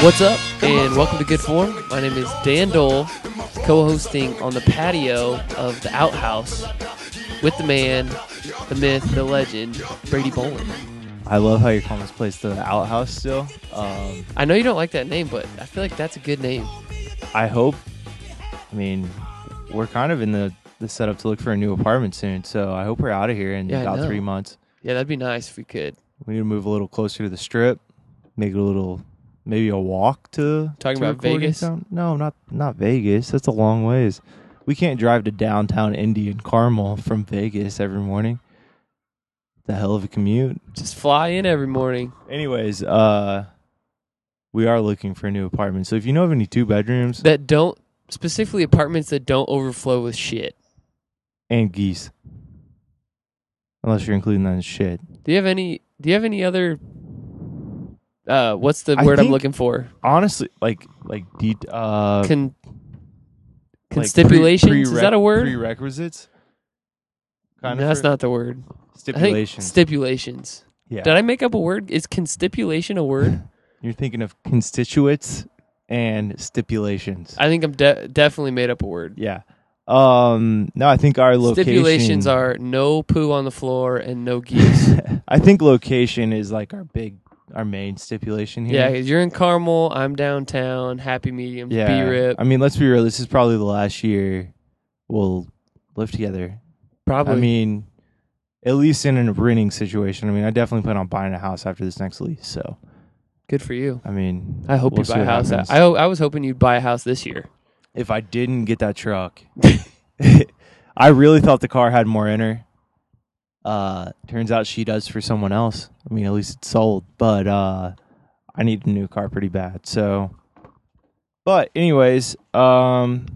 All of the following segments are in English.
What's up, and welcome to Good Form. My name is Dan Dole, co hosting on the patio of the outhouse with the man, the myth, the legend, Brady Boland. I love how you're calling this place the outhouse still. Um, I know you don't like that name, but I feel like that's a good name. I hope. I mean, we're kind of in the, the setup to look for a new apartment soon, so I hope we're out of here in Yeah, I about know. three months. Yeah, that'd be nice if we could. We need to move a little closer to the strip, make it a little, maybe a walk to. Talking to about recording Vegas? sound. No, not not Vegas. That's a long ways. We can't drive to downtown Indy and Carmel from Vegas every morning. The hell of a commute. Just fly in every morning. Anyways, uh we are looking for a new apartment. So if you know of any two bedrooms That don't, specifically apartments that don't overflow with shit. and geese. Unless you're including that as shit. Do you have any, do you have any other, uh, what's the I word I'm think- looking for? Honestly, like like de- uh Con, like constipulations? pre- Is that a prerec- word? Prerequisites? Kind no, of that's for- not the word. I think stipulations. stipulations. yeah. Did I make up a word? Is constipulation a word? you're thinking of constituents and stipulations. I think I'm de- definitely made up a word. yeah. Um no, I think our location Stipulations are no poo on the floor and no geese. I think location is like our big our main stipulation here. yeah, 'cause you're in Carmel. I'm downtown. Happy medium. Yeah. B rip. I mean, let's be real. This is probably the last year we'll live together. Probably. I mean, at least in a renting situation. I mean, I definitely plan on buying a house after this next lease. So, good for you. I mean, I hope we'll you see buy a what house. I, happens. I ho- I was hoping you'd buy a house this year. if I didn't get that truck, I really thought the car had more in her. Uh, turns out she does for someone else. I mean, at least it's sold, but uh, I need a new car pretty bad. So, but anyways, um,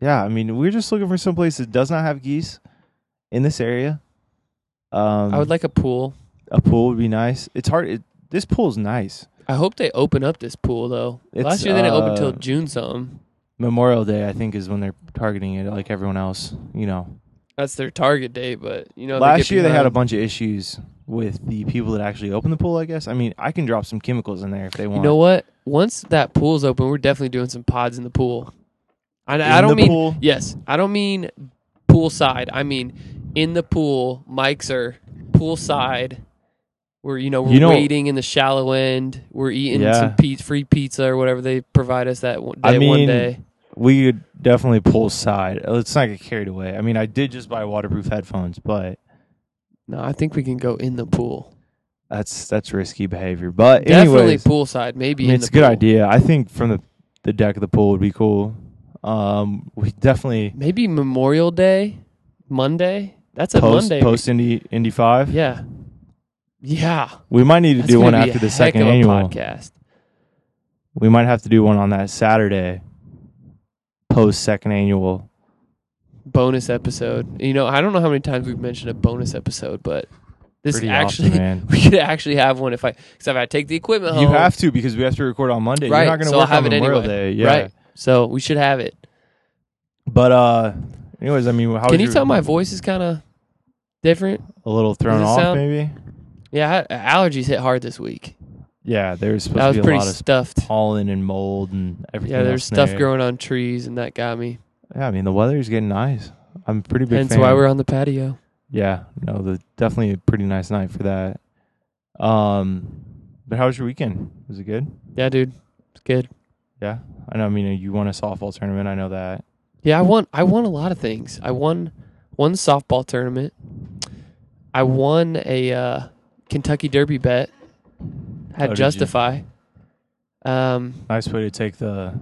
yeah, I mean, we're just looking for some place that does not have geese in this area. Um, I would like a pool. a pool would be nice. It's hard. It, this pool's nice. I hope they open up this pool though. It's, Last year they didn't open till uh, June something. Memorial Day, I think, is when they're targeting it, like everyone else. You know, That's their target date, but you know they last get year they had a behind. bunch of issues with the people that actually opened the pool. I guess. I mean, I can drop some chemicals in there if they You want. know what? Once that pool's open, we're definitely doing some pods in the pool. I, I In don't the mean pool? yes. I don't mean poolside. I mean in the pool. Mics are poolside. We're you know we're You know- waiting in the shallow end. We're eating some Yeah. pe- free pizza or whatever they provide us that one, I that one mean, day. We could definitely pull side. Let's not get carried away. I mean, I did just buy waterproof headphones, but No, I think we can go in the pool. that's that's risky behavior. But Definitely anyways, poolside. Maybe I mean, in it's a the good pool. idea. I think from the the deck of the pool would be cool. Um, we definitely Maybe Memorial Day, Monday. That's a post Monday. post Indy Indy five. Yeah, yeah. We might need to That's do one gonna be after a the heck second of a annual. podcast. We might have to do one on that Saturday, post second annual. bonus episode. You know, I don't know how many times we've mentioned a bonus episode, but this Pretty actually awesome, man. we could actually have one if I because if I take the equipment home, You have to because we have to record on Monday. Right, You're not going to so I'll work have on it Memorial anyway. Day, yeah. right? So we should have it. But uh, anyways, I mean, how was Can you your- tell my voice is kind of different? a little thrown does it off? sound- Maybe. Yeah, I, allergies hit hard this week. Yeah, there's supposed I was to be a pretty lot of stuffed. pollen and mold and everything. Yeah, there's else in stuff there. growing on trees, and that got me. Yeah, I mean the weather is getting nice. I'm a pretty big. Hence fan. why we're on the patio. Yeah, no, the definitely a pretty nice night for that. Um, but how was your weekend? Was it good? Yeah, dude, it's good. Yeah, I know. I mean, you won a softball tournament. I know that. Yeah, I won. I won a lot of things. I won one softball tournament. I won a uh, Kentucky Derby bet. Oh, Had did you? justify. Um, Nice way to take the,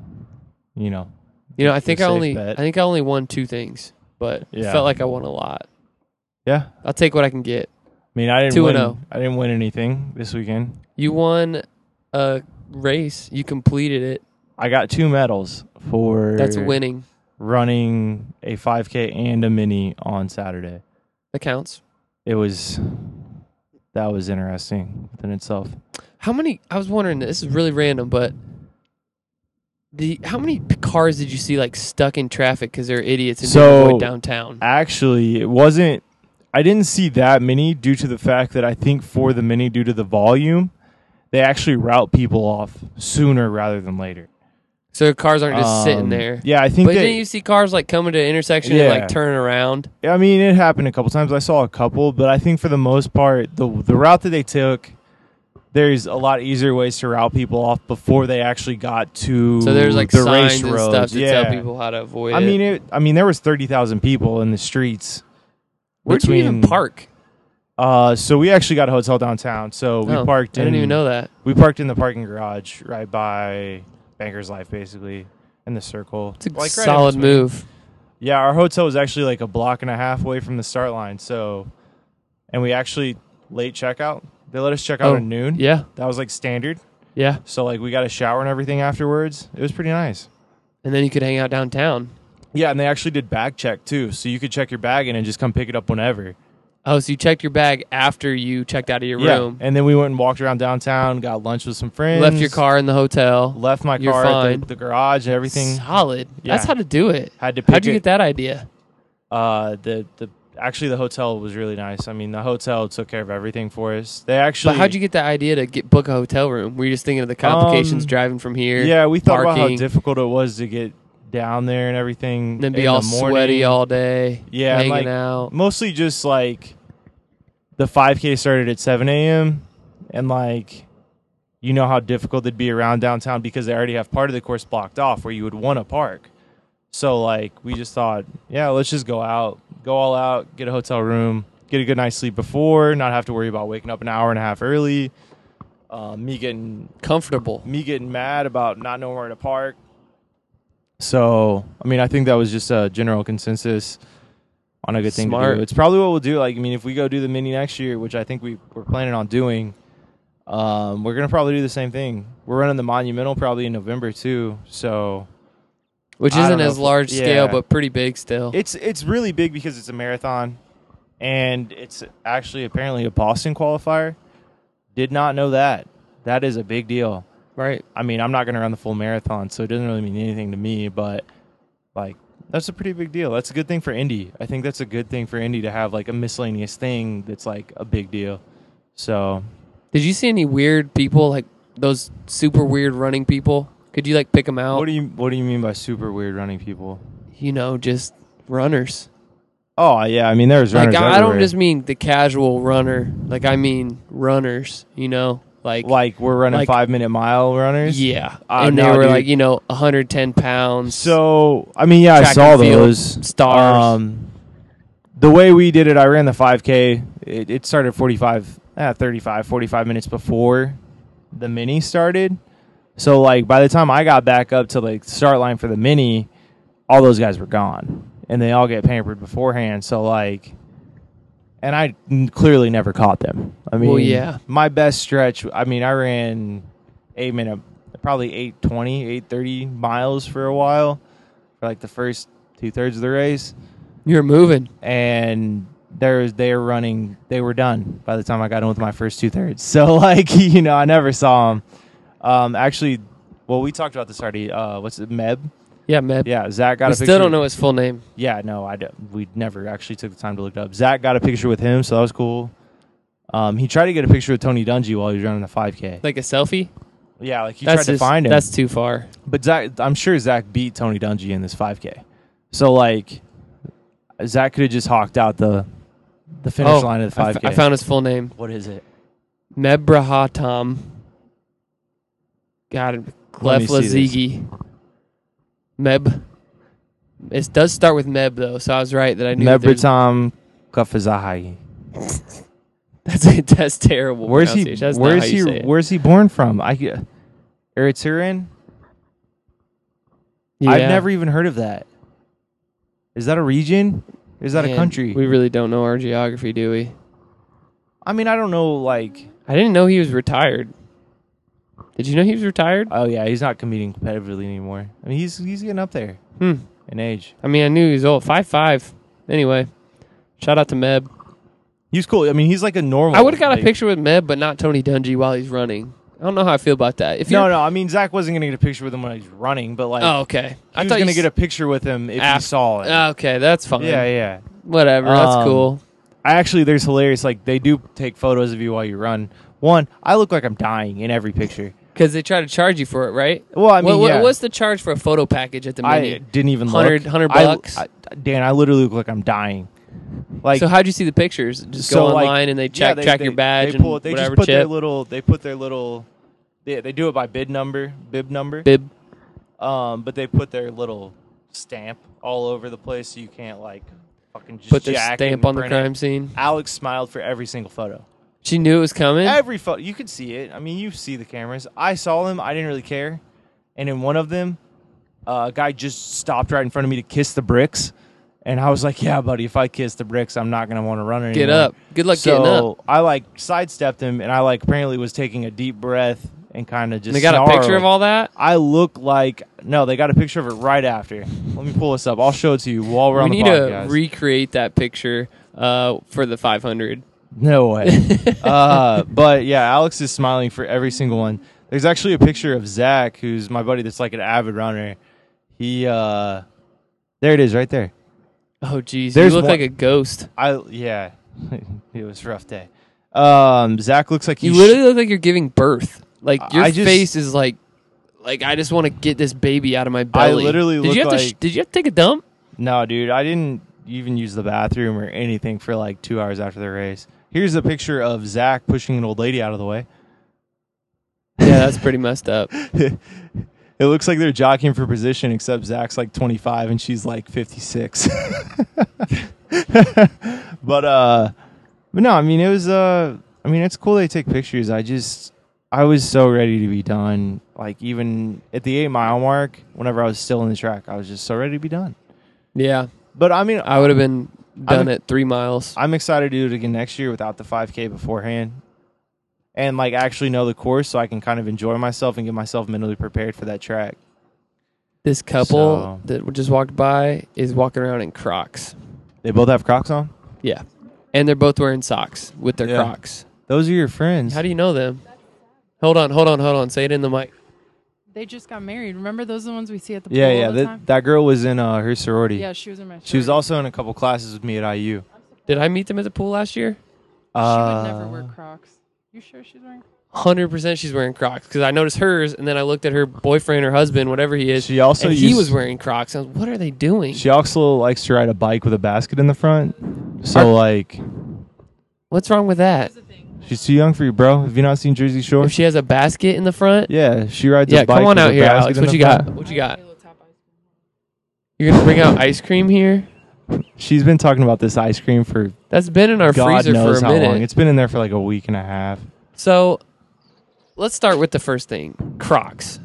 you know, you know, I think I safe only bet. I think I only won two things, but it Yeah. felt like I won a lot. yeah. I'll take what I can get. I mean, I didn't Two and win. oh. I didn't win anything this weekend. You won a race. You completed it. I got two medals for That's winning. running a 5K and a mini on Saturday. That counts. It was that was interesting within itself. How many? I was wondering. This is really random, but the how many cars did you see like stuck in traffic because they're idiots and didn't So- avoid downtown? Actually, it wasn't. I didn't see that many due to the fact that I think for the mini, due to the volume, they actually route people off sooner rather than later. So cars aren't just sitting Um, there. Yeah, I think But they, didn't you see cars like coming to an intersection and Yeah. like turning around? Yeah, I mean, it happened a couple times. I saw a couple, but I think for the most part, the the route that they took, there's a lot easier ways to route people off before they actually got to. So there's like the signs race and roads. stuff to yeah. tell people how to avoid I it. mean, it. I mean, there was thirty thousand people in the streets. where'd you even between- park? Uh, so we actually got a hotel downtown. So we Oh, parked. I didn't in, even know that. We parked in the parking garage right by Banker's Life, basically in the circle. It's a Like, right in solid between. move. Yeah, our hotel was actually like a block and a half away from the start line. So, and we actually late checkout. They let us check out Oh, at noon. Yeah, That was like standard. yeah. So, like, we got a shower and everything afterwards. It was pretty nice. And then you could hang out downtown. Yeah, and they actually did bag check too. So you could check your bag in and just come pick it up whenever. Oh, so you checked your bag after you checked out of your yeah. room. And then we went and walked around downtown, got lunch with some friends. Left your car in the hotel. Left my You're car fine. at the, the garage and everything. Solid. That's Yeah. how to do it. Had to pick How'd you it- get that idea? Uh, the, the, actually, the hotel was really nice. I mean, the hotel took care of everything for us. They actually. But how'd you get the idea to get book a hotel room? Were you just thinking of the complications Um, driving from here? Yeah, we thought about how parking, difficult it was to get down there and everything. and then be in all the morning. sweaty all day. Yeah, and, hanging like, out. Mostly just like the 5K started at 7 a.m. and like you know how difficult it'd be around downtown because they already have part of the course blocked off where you would want to park. So like we just thought, yeah, let's just go out, go all out, get a hotel room, get a good night's sleep before, not have to worry about waking up an hour and a half early. Uh, me getting Comfortable. me getting mad about not knowing where to park. So, I mean, I think that was just a general consensus on a good thing Smart. to do. It's probably what we'll do. Like, I mean, if we go do the mini next year, which I think we we're planning on doing, um, we're gonna probably do the same thing. We're running the monumental probably in November too. So Which I don't isn't know as if- large scale, yeah. but pretty big still. it's it's really big because it's a marathon, and it's actually apparently a Boston qualifier. Did not know that. That is a big deal. right. I mean, I'm not going to run the full marathon, so it doesn't really mean anything to me, but like that's a pretty big deal. That's a good thing for Indy. I think that's a good thing for Indy to have like a miscellaneous thing that's like a big deal. So, Did you see any weird people, like those super weird running people? Could you like pick them out? what do you what do you mean by super weird running people? you know, just runners. Oh, yeah, I mean there's runners Like I, I don't everywhere. just mean the casual runner. Like I mean runners. You know, like, like we're running like- 5-minute mile runners. yeah, Uh, and they no, were dude. like you know 110 pounds. So I mean, yeah, Track I saw and field those stars. Um, the way we did it, I ran the 5K. It, it started 45, uh, 35, 45 minutes before the mini started. So like by the time I got back up to like the start line for the mini, all those guys were gone, and they all get pampered beforehand. So like, and I n- clearly never caught them. I mean, Well, yeah. my best stretch. I mean, I ran eight minute, probably 820, 830 miles for a while, for like the first two thirds of the race, you're moving. and there's they were running. They were done by the time I got in with my first two thirds. So like, you know, I never saw them. Um, actually, well, we talked about this already. Uh, what's it, Meb? Yeah, man. Yeah, Zach got. I a still picture- don't know his full name. yeah, no, I d- we never actually took the time to look it up. Zach got a picture with him, so that was cool. Um, he tried to get a picture with Tony Dungy while he was running the 5K. Like a selfie. yeah, like he tried that's to just- find him. That's too far. but Zach, I'm sure Zach beat Tony Dungy in this 5K. So like, Zach could have just hawked out the the finish line of the Oh, I 5K. f- I found his full name. what is it? Mebrahatam. God, Let me Clef see Lazigi. Meb. It does start with Meb though, so I was right that I knew. that there's- Mebritam Kafazahai. That's it. That's terrible. Where's he? pronunciation. That's not Where's how you he? say it. Where's he born from? I Eritrean. I've Yeah. never even heard of that. Is that a region? Is that a Man, country? We really don't know our geography, do we? I mean, I don't know. Like, I didn't know he was retired. Did you know he was retired? oh yeah, he's not competing competitively anymore. I mean, he's he's getting up there Hmm. in age. I mean, I knew he was old. Five five. Anyway, shout out to Meb. He's cool. I mean, he's like a normal. I would have got a like- picture with Meb, but not Tony Dungy while he's running. I don't know how I feel about that. If No, you're- no. I mean, Zach wasn't gonna get a picture with him when he's running, but like, oh, okay. he I was thought gonna you get a picture with him if he Af- Oh, saw it. Okay, that's fine. yeah, yeah. Whatever. That's Um, cool. I actually there's hilarious like they do take photos of you while you run. One, I look like I'm dying in every picture. because they try to charge you for it, right? Well, I what, mean, what- yeah. what's the charge for a photo package at the I menu? didn't even 100 look. 100 I- bucks? I, Dan, I literally look like I'm dying. Like so how'd you see the pictures? Just so, go like- online and they yeah, check track your badge They, pull, and they whatever just put their chip little. They put their little. Yeah, they do it by bid number, bib number. bib. Um, but they put their little stamp all over the place, so you can't like fucking just Put the jack stamp and on the print it. crime scene. Alex smiled for every single photo. She knew it was coming. Every photo, you could see it. I mean, you see the cameras. I saw them. I didn't really care. And in one of them, uh, a guy just stopped right in front of me to kiss the bricks, and I was like, "Yeah, buddy, if I kiss the bricks, I'm not gonna want to run anymore." Get up. Good luck so getting up. I like sidestepped him, and I like apparently was taking a deep breath and kind of just. And they got a picture snarled. of all that. I look like no. They got a picture of it right after. Let me pull this up. I'll show it to you while we're We on need the to podcast. recreate that picture uh, for the 500. no way. uh, but yeah, Alex is smiling for every single one. There's actually a picture of Zach, who's my buddy, that's like an avid runner. He, uh, there it is, right there. Oh, geez, There's you look one- like a ghost. I yeah, it was a rough day. Um, Zach looks like he You sh- literally look like you're giving birth. Like I- your I just- face is like, like I just want to get this baby out of my belly. literally did look you have to? sh- like- Did you have to take a dump? No, dude, I didn't even use the bathroom or anything for like two hours after the race. Here's a picture of Zach pushing an old lady out of the way. Yeah, that's pretty messed up. It looks like they're jockeying for position, except Zach's like 25 and she's like 56. but uh, but no, I mean it was uh, I mean it's cool they take pictures. I just I was so ready to be done. Like even at the eight mile mark, whenever I was still in the track, I was just so ready to be done. Yeah, But I mean, I would have been done I'm- at three miles. I'm excited to do it again next year without the 5K beforehand, and like actually know the course so I can kind of enjoy myself and get myself mentally prepared for that track. This couple So- that just walked by is walking around in Crocs. They both have Crocs on. Yeah, and they're both wearing socks with their Yeah. Crocs. Those are your friends. How do you know them? Hold on, hold on, hold on. Say it in the mic. They just got married. Remember those are the ones we see at the yeah, pool yeah. all the That, time? that girl was in uh, her sorority. yeah, she was in my. she was sorority. also in a couple classes with me at IU. Did I meet them at the pool last year? Uh, she would never wear Crocs. You sure she's wearing? Hundred percent, she's wearing Crocs because I noticed hers, and then I looked at her boyfriend or husband, whatever he is. She also and he used- was wearing Crocs. I was, what are they doing? She also likes to ride a bike with a basket in the front. So Are- like, What's wrong with that? she's too young for you, bro. Have you not seen Jersey Shore? If she has a basket in the front, yeah, she rides. yeah, a bike come on with out a here, basket Alex. in What the you got? front. What you got? You're gonna bring out ice cream here? She's been talking about this ice cream for That's been in our God freezer knows for a how minute. long. It's been in there for like a week and a half. So let's start with the first thing Crocs.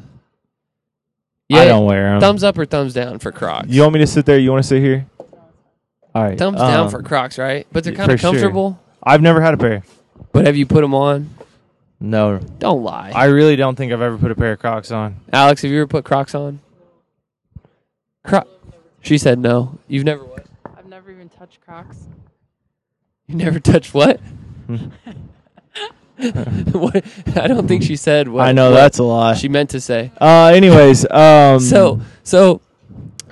I don't wear 'em. Thumbs up or thumbs down for Crocs? You want me to sit there? You want to sit here? All right. thumbs um, down for Crocs, right? But they're yeah, kind of for sure. comfortable. I've never had a pair. But have you put them on? No, Don't lie. I really don't think I've ever put a pair of Crocs on. Alex, have you ever put Crocs on? Croc. She said no. You've never what? I've never even touched Crocs. You never touched what? what? I don't think she said what. I know what that's a lie. she meant to say. Uh, anyways, um, So, so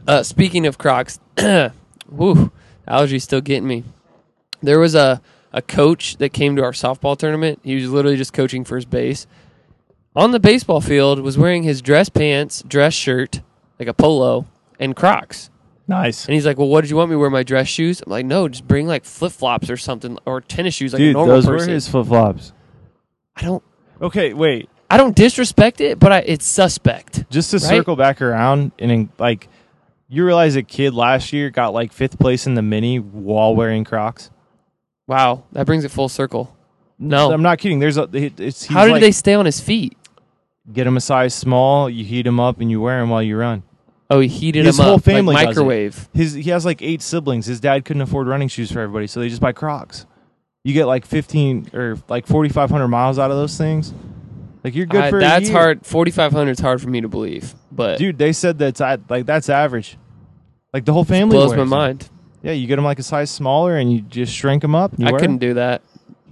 uh, speaking of Crocs, woo, allergies still getting me. There was a a coach that came to our softball tournament. He was literally just coaching first base. On the baseball field, was wearing his dress pants, dress shirt, like a polo, and Crocs. nice, And he's like, "Well, what did you want me to wear? My dress shoes?" I'm like, "No, just bring like flip flops or something, or tennis shoes, like a dude. normal Those person." were his flip flops. I don't, Okay, wait. I don't disrespect it, but I, it's suspect. Just to Right? circle back around and in, like, you realize a kid last year got like fifth place in the mini while wearing Crocs. Wow, that brings it full circle. No, I'm not kidding. There's a. it- It's he's how did like, they stay on his feet? get him a size small? You heat him up and you wear him while you run. Oh, he heated His him whole up family does like it. microwave. His he has like eight siblings. His dad couldn't afford running shoes for everybody, so they just buy Crocs. You get like fifteen or like forty five hundred miles out of those things. Like you're good I- for a that's year. hard. Forty five hundred is hard for me to believe, but dude. They said that's a- like that's average. Like the whole family blows my wears them. mind. Yeah, you get them like a size smaller, and you just shrink them up. and you I wear couldn't 'em. do that.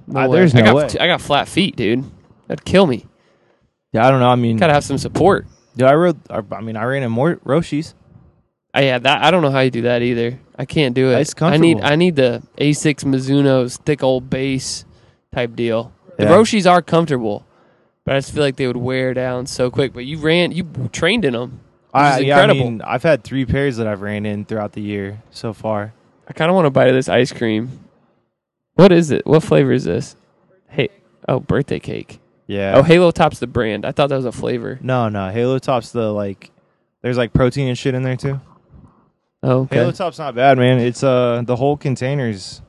No Uh, way. there's I no got, way. I got flat feet, dude. That'd kill me. Yeah, I don't know. I mean, Gotta have some support. dude, I rode. I I mean, I ran in more Roshis. Uh, I yeah, that I don't know how you do that either. I can't do it. It's I need comfortable. I need the A6 Mizuno's thick old base type deal. The Yeah. Roshis are comfortable, but I just feel like they would wear down so quick. But you ran, you trained in them. I, is yeah, I incredible. mean, I've had three pairs that I've ran in throughout the year so far. I kind of want to bite of this ice cream. What is it? What flavor is this? Hey, oh, birthday cake. Yeah. Oh, Halo Top's the brand. I thought that was a flavor. No, no. Halo Top's the like. There's like protein and shit in there too. Oh, okay. Halo Top's not bad, man. It's uh the whole container's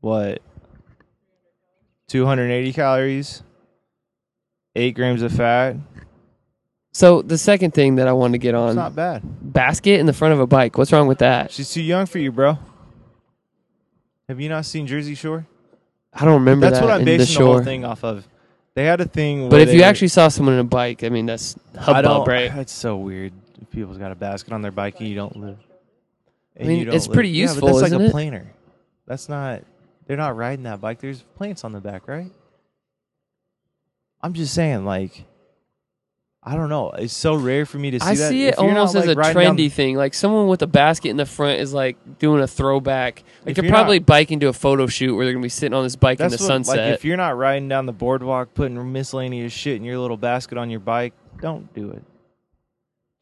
what 280 calories, eight grams of fat. so the second thing that I wanted to get It's on not bad. basket in the front of a bike. What's wrong with that? She's too young for you, bro. Have you not seen Jersey Shore? I don't remember That's that what I'm in basing the the, shore. whole thing off of. They had a thing. but where if they you were- actually saw someone in a bike, I mean that's I hubbub, don't. right? It's so weird. People's got a basket on their bike and you don't live. and mean, you don't it's pretty useful, Yeah, but that's isn't like a it? planer. That's not. They're not riding that bike. There's plants on the back, right? I'm just saying, like, I don't know. It's so rare for me to see I that. see If it you're not, almost as like, a riding down- trendy thing. Like someone with a basket in the front is like doing a throwback. Like If they're you're not- probably biking to a photo shoot where they're gonna be sitting on this bike in That's the what- sunset. Like, if you're not riding down the boardwalk, putting miscellaneous shit in your little basket on your bike, don't do it.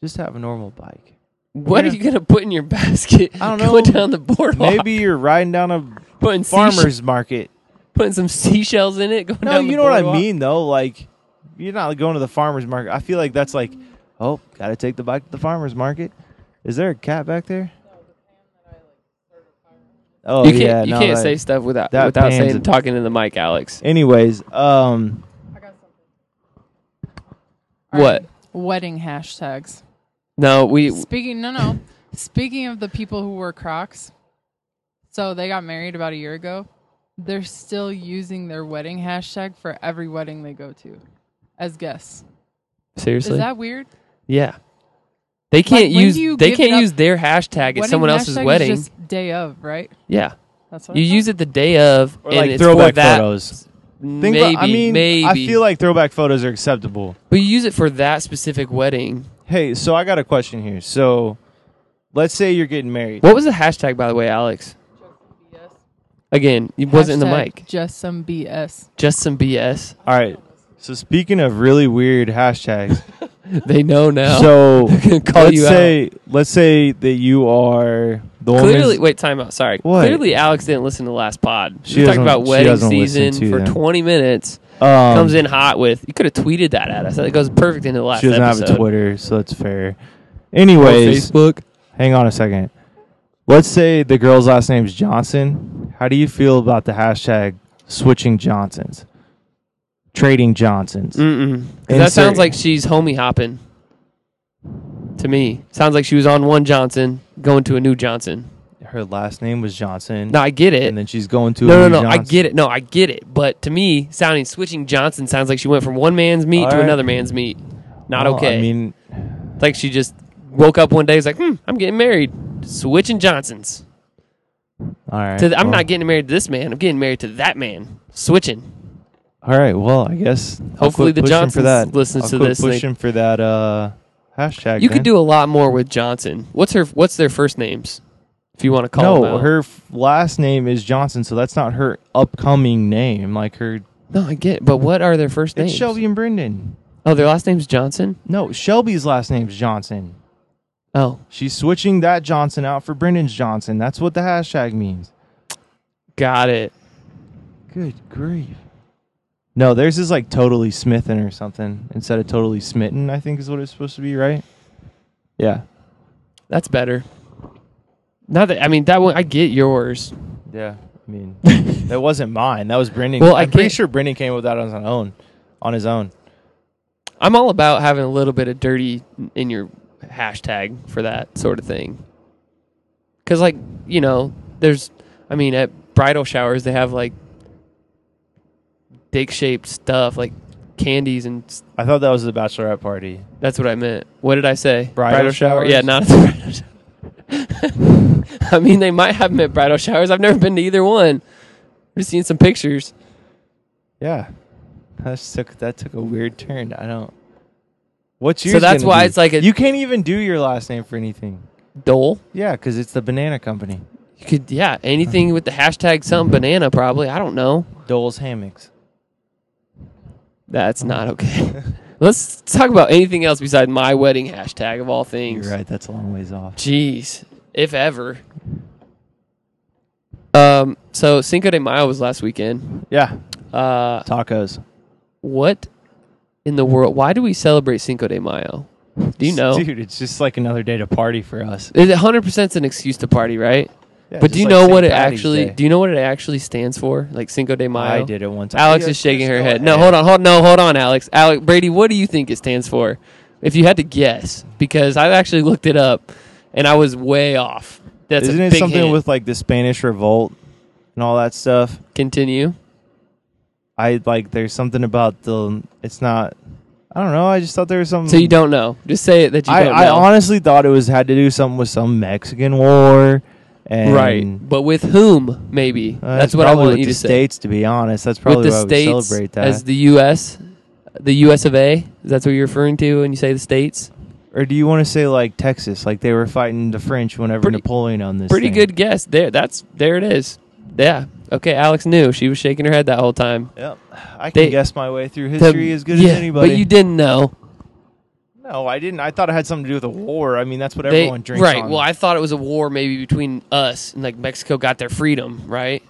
Just have a normal bike. what are yeah. you gonna put in your basket? I don't Going know. down the boardwalk. Maybe you're riding down a putting seashells, farmer's market. putting some seashells in it. Going No, down the you know what I boardwalk. mean though. Like you're not going to the farmers market. I feel like that's like, oh, gotta take the bike to the farmers market. Is there a cat back there? Oh You can't. yeah, you no, can't that- say stuff without that without pan's saying a- talking to the mic, Alex. Anyways, um, I got something. What? Wedding hashtags. No, we. Speaking no no. Speaking of the people who wore Crocs, so they got married about a year ago. They're still using their wedding hashtag for every wedding they go to as guests. Seriously, Is that weird? yeah. They can't when use. do you They give can't it up? use their hashtag at Wedding someone hashtag else's is wedding. just day of, right? yeah, That's what you I use thought. it the day of, or and like it's for throwback that. photos. Think Maybe, about- I mean, maybe. I feel like throwback photos are acceptable. but you use it for that specific wedding. Hey, so I got a question here. So, let's say you're getting married. What was the hashtag, by the way, Alex? Again, it wasn't in the Hashtag mic. Just some BS. Just some BS. All right. So speaking of really weird hashtags, They know now. so Gonna call let's you out. say let's say that you are the only Clearly, wait, time out. Sorry. What? Clearly, Alex didn't listen to the last pod. She we talked doesn't- about she wedding doesn't listen season to for them. 20 minutes. um, comes in hot with. You could have tweeted that at us. That goes perfect into the last She doesn't episode. have a Twitter, so that's fair. Or Anyways, Facebook. hang on a second. Let's say the girl's last name's Johnson. How do you feel about the hashtag switching Johnsons? Trading Johnsons. Mm-mm. 'Cause That Insert- sounds like she's homie hopping. To me, sounds like she was on one Johnson going to a new Johnson. Her last name was Johnson. No, I get it. and then she's going to No, no, no. I get it. No, I get it. But to me, sounding switching Johnson sounds like she went from one man's meat All to right. another man's meat. Not okay. I mean, like she just woke up one day. Is like, hmm, I'm getting married. Switching Johnsons. all right. To th- I'm well, not getting married to this man. I'm getting married to that man. Switching. All right. Well, I guess I'll Hopefully quit the pushing Johnsons for that. listens I'll to quit this, they- Pushing for that uh, hashtag. You then. could do a lot more with Johnson. What's her? What's their first names? If you want to call them No, out. her f- last name is Johnson, so that's not her upcoming name. Like her, No, I get. it. But what are their first names? it's Shelby and Brendan. Oh, their last name's Johnson. No, Shelby's last name's Johnson. Oh, She's switching that Johnson out for Brendan's Johnson. That's what the hashtag means. got it. Good grief. No, theirs is like totally Smithen or something instead of totally smitten. I think is what it's supposed to be, right? Yeah. That's better. Not that I mean that one. I get yours. Yeah. I mean, that wasn't mine. That was Brendan. Well, I I'm pretty can't- sure Brendan came up with that on his own. On his own. I'm all about having a little bit of dirty in your hashtag for that sort of thing. Cause like you know, there's, I mean, at bridal showers they have like dick shaped stuff like candies and s- I thought that was the bachelorette party. that's what I meant. What did I say? Bridal showers? Yeah, not. bridal shower. I mean, they might have them at bridal showers. I've never been to either one. I've just seen some pictures. Yeah, that just took that took a weird turn. I don't. What's So yours that's gonna why be? it's like a- you can't even do your last name for anything. Dole. Yeah, because it's the banana company. You could, yeah, anything with the hashtag something banana, probably. I don't know. Dole's hammocks. That's not okay. Let's talk about anything else besides my wedding hashtag of all things. You're right. That's a long ways off. Jeez, if ever. Um, so Cinco de Mayo was last weekend. Yeah, Uh, tacos. what in the world? Why do we celebrate Cinco de Mayo? Do you know? dude? It's just like another day to party for us. It 100% is an excuse to party, right? Yeah, but just do you like know St. what it Patty's actually? Day. Do you know what it actually stands for? Like Cinco de Mayo. I did it once. Alex is shaking her head. No, hold on, hold no, hold on, Alex. Alex Brady, what do you think it stands for? If you had to guess, because I've actually looked it up, and I was way off. That's Isn't a it big something hint. with like the Spanish Revolt and all that stuff? continue? I like. There's something about the. It's not. I don't know. I just thought there was something. So you don't know. Just say it that you Hmm. I, don't I know. honestly thought it was had to do something with some Mexican war. And right, but with whom? Maybe Uh, that's it's what I probably want with you the to say. states. To be honest, that's probably with why the we states celebrate that. as the U.S., the U.S. of A. Is that what you're referring to when you say the states? or do you want to say like Texas, like they were fighting the French whenever Pretty- Napoleon on this? Pretty thing. good guess. There, that's there. It is. Yeah. Okay. Alex knew. She was shaking her head that whole time. Yep, I can They- guess my way through The- history as good yeah, as anybody. But you didn't know. no, I didn't. I thought it had something to do with a war. I mean, that's what They- everyone drinks. right. on. Well, I thought it was a war maybe between us and like Mexico got their freedom, right?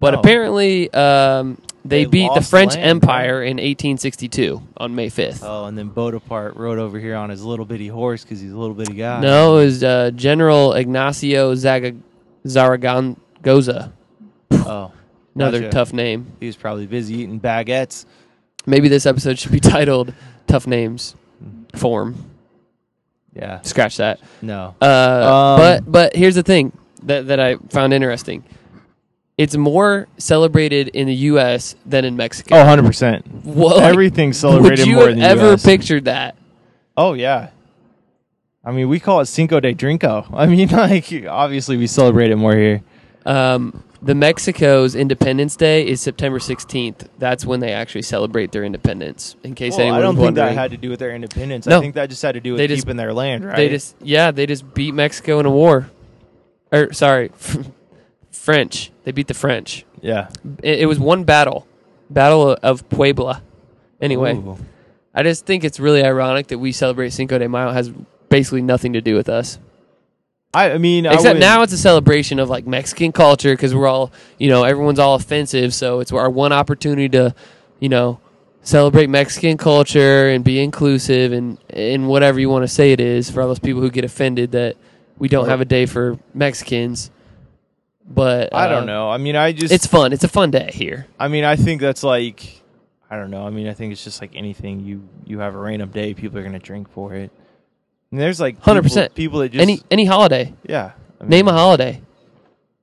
But No. apparently, um, they, They beat the lost French land, Empire in 1862 on May 5th. oh, and then Bonaparte rode over here on his little bitty horse because he's a little bitty guy. No, it was uh, General Ignacio Zaga- Zaragoza. oh, Another Gotcha. tough name. he was probably busy eating baguettes. Maybe this episode should be titled "Tough Names." Form. Yeah, Scratch that. no, Uh, Um, but but here's the thing that that I found interesting. It's more celebrated in the U.S. than in Mexico. Oh, 100 percent. Whoa, like, Everything's celebrated would you more have than ever US. pictured that? Oh yeah. I mean, we call it Cinco de Drinko. I mean, like obviously we celebrate it more here. Um, the Mexico's Independence Day is September 16th. That's when they actually celebrate their independence. In case Well, anyone I don't was think that wondering, had to do with their independence. No. I think that just had to do with They keeping just- their land, right? they just yeah they just beat Mexico in a war, or sorry, French. They beat the French. yeah. It, it was one battle, Battle of Puebla. Anyway. Ooh. I just think it's really ironic that we celebrate Cinco de Mayo has basically nothing to do with us. I, I mean, I Except would- now it's a celebration of like Mexican culture because we're all, you know, everyone's all offensive. So it's our one opportunity to, you know, celebrate Mexican culture and be inclusive and, and whatever you want to say it is for all those people who get offended that we don't have a day for Mexicans. But I uh, don't know. I mean, I just. It's fun. It's a fun day here. I mean, I think that's like. I don't know. I mean, I think it's just like anything. You you have a random day, people are gonna drink for it. And there's like people- 100%. people that just any any holiday. yeah. I mean, Name a holiday.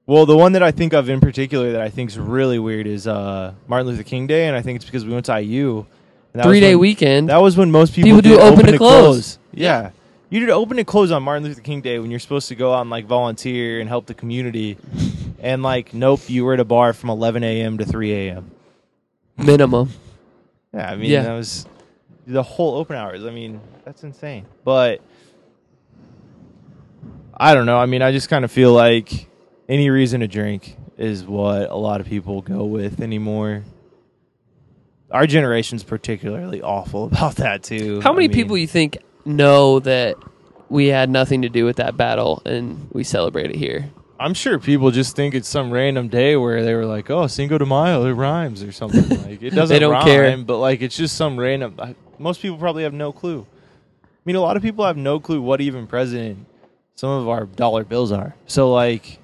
Well, the one that I think of in particular that I think is really weird is uh, Martin Luther King Day, and I think it's because we went to IU. and that was Three day when- weekend. That was when most people, People do did open to close. Yeah. you did open to close on Martin Luther King Day when you're supposed to go out and like volunteer and help the community, and like nope, you were at a bar from 11 a.m. to 3 a.m. minimum. Yeah, I mean Yeah. that was the whole open hours. I mean that's insane, but I don't know. I mean I just kind of feel like any reason to drink is what a lot of people go with anymore. Our generation's particularly awful about that too. How I many mean, people you think know that we had nothing to do with that battle and we celebrate it here? I'm sure people just think it's some random day where they were like, "Oh, Cinco de Mayo, it rhymes" or something. Like it doesn't. They don't rhyme, care. but like it's just some random. I, most people probably have no clue. I mean, a lot of people have no clue what even president some of our dollar bills are. So like,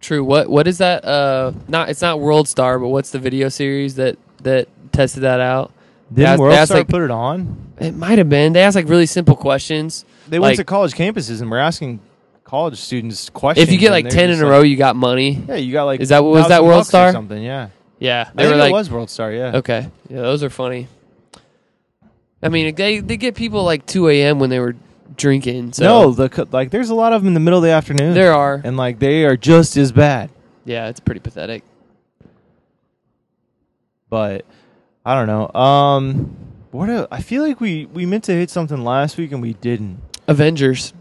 True. What what is that uh not it's not World Star, but what's the video series that that tested that out? did That's- World that's Star like- put it on? It might have been. They asked like really simple questions. They went like- to college campuses and were asking college students questions. If you get and like they're ten in just a like- row you got money. yeah, you got like Is that what- was that 1,000 World bucks or Star? something? Yeah, Yeah. I They were think like it was World Star. Yeah, Okay. Yeah, those are funny. I mean they they get people like two AM when they were drinking. So no, the co- like there's a lot of them in the middle of the afternoon. there are. and like they are just as bad. Yeah, it's pretty pathetic. but I don't know. Um, what a, I feel like we we meant to hit something last week and we didn't. Avengers.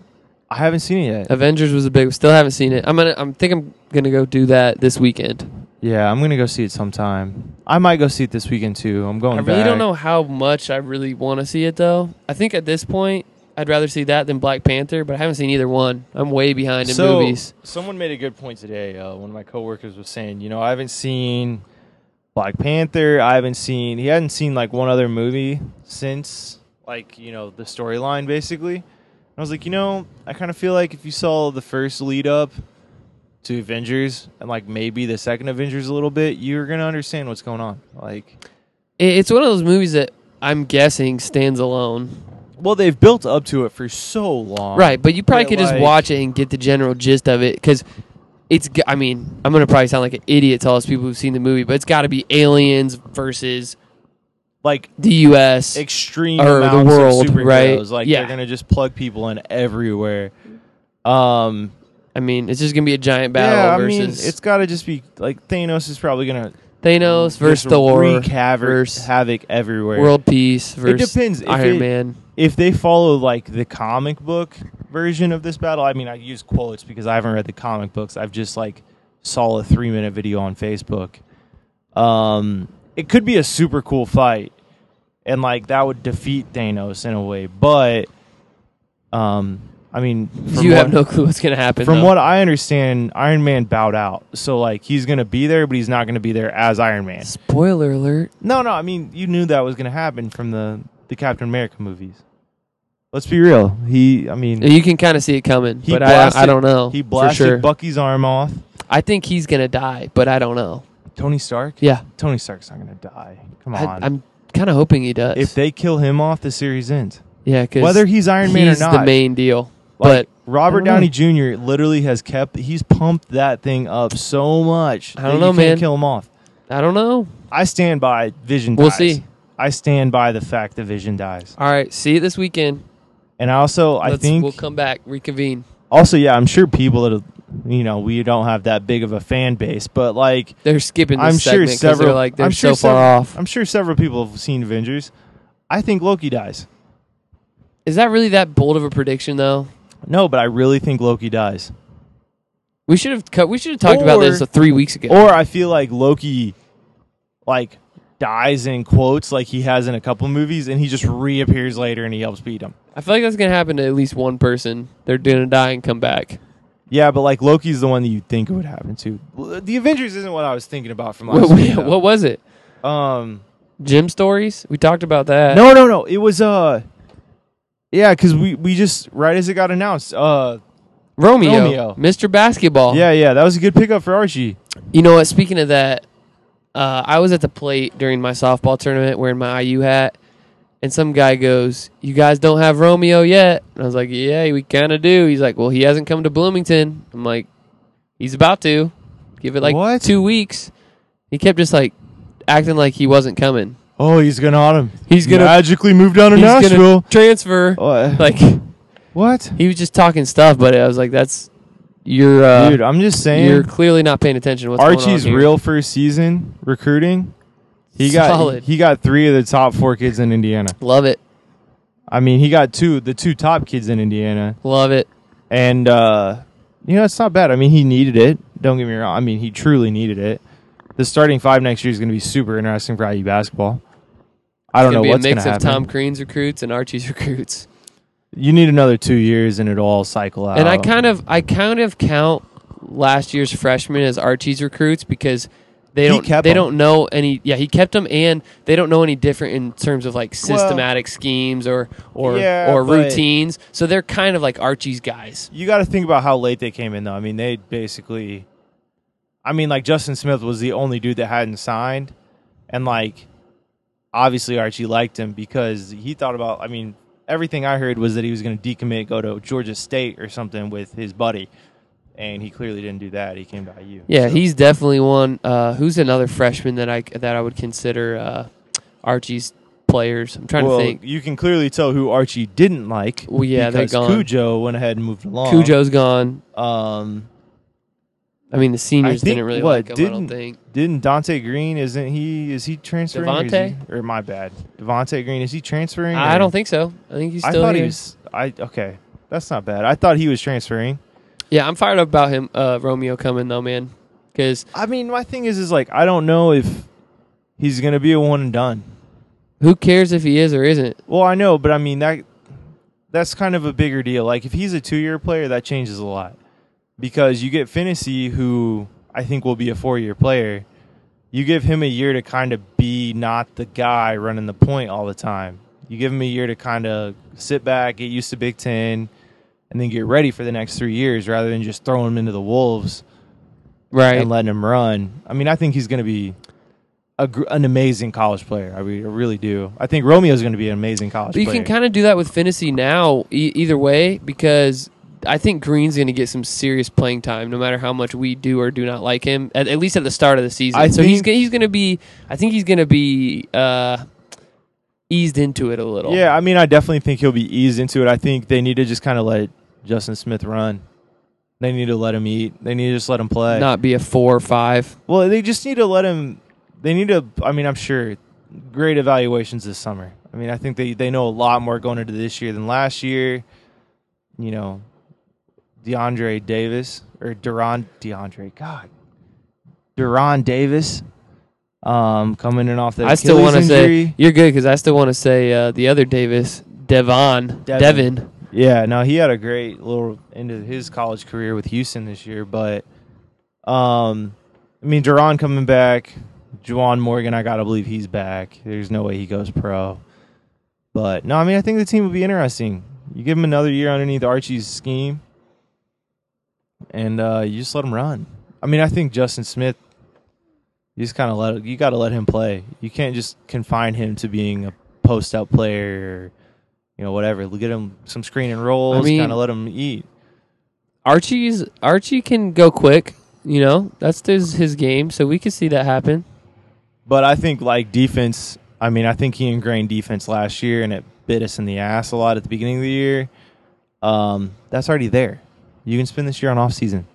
I haven't seen it yet. Avengers was a big. Still haven't seen it. I'm gonna. I'm think I'm gonna go do that this weekend. Yeah, I'm gonna go see it sometime. I might go see it this weekend too. I'm going. I really don't back. know how much I really want to see it though. I think at this point I'd rather see that than Black Panther, but I haven't seen either one. I'm way behind in so, movies. Someone made a good point today. Uh, one of my coworkers was saying, you know, I haven't seen Black Panther. I haven't seen. He hadn't seen like one other movie since, like you know, the storyline basically. And I was like, you know, I kind of feel like if you saw the first lead up to Avengers and like maybe the second Avengers a little bit, you're gonna understand what's going on. Like, It, it's one of those movies that I'm guessing stands alone. well, they've built up to it for so long, Right, but you probably but, could just like- watch it and get the general gist of it because it's. g- I mean, I'm gonna probably sound like an idiot to all those people who've seen the movie, but it's got to be aliens versus Like the U.S. extreme Or the amounts world, of superheroes. right? Like Yeah. they're gonna just plug people in everywhere. Um, I mean, it's just gonna be a giant battle yeah, I versus mean, it's got to just be like Thanos is probably gonna Thanos just versus Thor, wreak havoc, versus havoc everywhere. world peace versus depends if Iron it- Man. If they follow like the comic book version of this battle, I mean, I use quotes because I haven't read the comic books. I've just like saw a three minute video on Facebook. Um, it could be a super cool fight, and like that would defeat Thanos in a way, but um, I mean, from You what, have no clue what's gonna happen. from though. what I understand, Iron Man bowed out, so like he's gonna be there, but he's not gonna be there as Iron Man. Spoiler alert. No, no, I mean you knew that was gonna happen from the the Captain America movies. Let's be real. He, I mean, You can kind of see it coming, he but blasted, I, I don't know. He for blasted sure. Bucky's arm off. I think he's gonna die, but I don't know. Tony Stark. Yeah, Tony Stark's not gonna die. Come I, on. I'm kind of hoping he does. if they kill him off, the series ends. yeah, because Whether he's Iron Man he's or not, the main deal. but Like, Robert I Downey Jr. literally has kept. He's pumped that thing up so much. I that don't you know, can't man. Kill him off. I don't know. I stand by Vision. We'll dies. see. I stand by the fact that Vision dies, All right, see you this weekend. and I also I Let's- think we'll come back reconvene. also yeah I'm sure people that you know we don't have that big of a fan base, but like They're skipping this I'm sure segment 'cause several they're like they're I'm sure so far several- off. I'm sure several people have seen Avengers. I think Loki dies. Is that really that bold of a prediction though? No, but I really think Loki dies. We should have cut. We should have talked about Or- this uh, three weeks ago. Or I feel like Loki, like dies in quotes like he has in a couple movies, and he just reappears later and he helps beat him. I feel like that's gonna happen to at least one person. They're gonna die and come back. Yeah, but like Loki's the one that you think it would happen to. Well, The Avengers isn't what I was thinking about from last What, week. though. what was it? Um, Jim stories. We talked about that. no, no, no. It was uh, yeah, because we we just right as it got announced. Uh, Romeo, Romeo. Mr. Basketball. yeah, yeah, that was a good pickup for Archie. You know what? Speaking of that, uh, I was at the plate during my softball tournament wearing my IU hat, and some guy goes, "You guys don't have Romeo yet." And I was like, "Yeah, we kind of do." He's like, "Well, he hasn't come to Bloomington." I'm like, "He's about to. Give it like What? two weeks." He kept just like acting like he wasn't coming. Oh, he's gonna on him. He's gonna- magically move down to He's Nashville. Oh. gonna transfer. What? Like what? he was just talking stuff, but I was like, "That's you're uh, Dude, I'm just you're saying. clearly not paying attention." To what's going on Archie's here. real first season recruiting. He got Solid. he got three of the top four kids in Indiana. Love it, I mean, he got two the two top kids in Indiana, love it. and uh, you know it's not bad. I mean, he needed it. Don't get me wrong. I mean, he truly needed it. The starting five next year is going to be super interesting for IU basketball. I don't It's know gonna what's be a going to mix of happen. Tom Crean's recruits and Archie's recruits. you need another two years, and it'll all cycle out. And I kind of I kind of count last year's freshmen as Archie's recruits because they He don't kept they 'em. don't know any yeah, he kept them and they don't know any different in terms of like systematic schemes or or Yeah, or but- routines. So they're kind of like Archie's guys. you got to think about how late they came in though. I mean, they basically I mean, like Justin Smith was the only dude that hadn't signed and like obviously Archie liked him because he thought about I mean, everything I heard was that he was going to decommit go to Georgia State or something with his buddy. And he clearly didn't do that. He came to IU. Yeah, So- he's definitely one uh who's another freshman that I that I would consider uh Archie's players. I'm trying well, to think. you can clearly tell who Archie didn't like. Well, yeah, they're because gone. Cujo went ahead and moved along. Cujo's gone. um, I mean the seniors I think didn't really what, like him, I don't didn't- think. Didn't Dante Green? Isn't he? Is he transferring? or is Devontae? he- Or, my bad, Devonte Green. Is he transferring? I or- don't think so. I think he's I still thought here. he was. I okay. That's not bad. I thought he was transferring. Yeah, I'm fired up about him, uh, Romeo coming though, man. Because I mean, my thing is, is like I don't know if he's gonna be a one and done. who cares if he is or isn't? Well, I know, but I mean that that's kind of a bigger deal. Like if he's a two year player, that changes a lot because you get Finney, who I think will be a four year player. You give him a year to kind of be not the guy running the point all the time. You give him a year to kind of sit back, get used to Big Ten, and then get ready for the next three years rather than just throwing him into the wolves Right. and letting him run. I mean, I think he's going to be a, gr- an amazing college player. I, re- I really do. I think Romeo's going to be an amazing college But you player. can kind of do that with Finney now, e- either way, because I think Green's going to get some serious playing time, no matter how much we do or do not like him. At, at least at the start of the season. I so he's think- go- he's going to be. I think he's going to be uh, eased into it a little. yeah, I mean, I definitely think he'll be eased into it. I think they need to just kind of let Justin Smith run. They need to let him eat. They need to just let him play. Not be a four or five. Well, they just need to let him. They need to. I mean, I'm sure great evaluations this summer. I mean, I think they they know a lot more going into this year than last year. You know, DeAndre Davis or Duran DeAndre. God, Duran Davis. Um, coming in off that I still want to say you're good because I still want to say uh, the other Davis, Devon, Devin. Devin. Yeah, no, he had a great little end of his college career with Houston this year, but um I mean Duran coming back, Juwan Morgan, I gotta believe he's back. There's no way he goes pro. But no, I mean I think the team would be interesting. You give him another year underneath Archie's scheme and uh you just let him run. I mean I think Justin Smith you just kinda let you gotta let him play. You can't just confine him to being a post up player or you know, whatever. Get him some screen and rolls, mean- kind of let him eat. Archie's Archie can go quick. You know that's his his game, so we could see that happen. But I think like defense. I mean, I think he ingrained defense last year, and it bit us in the ass a lot at the beginning of the year. Um, that's already there. You can spend this year on off season.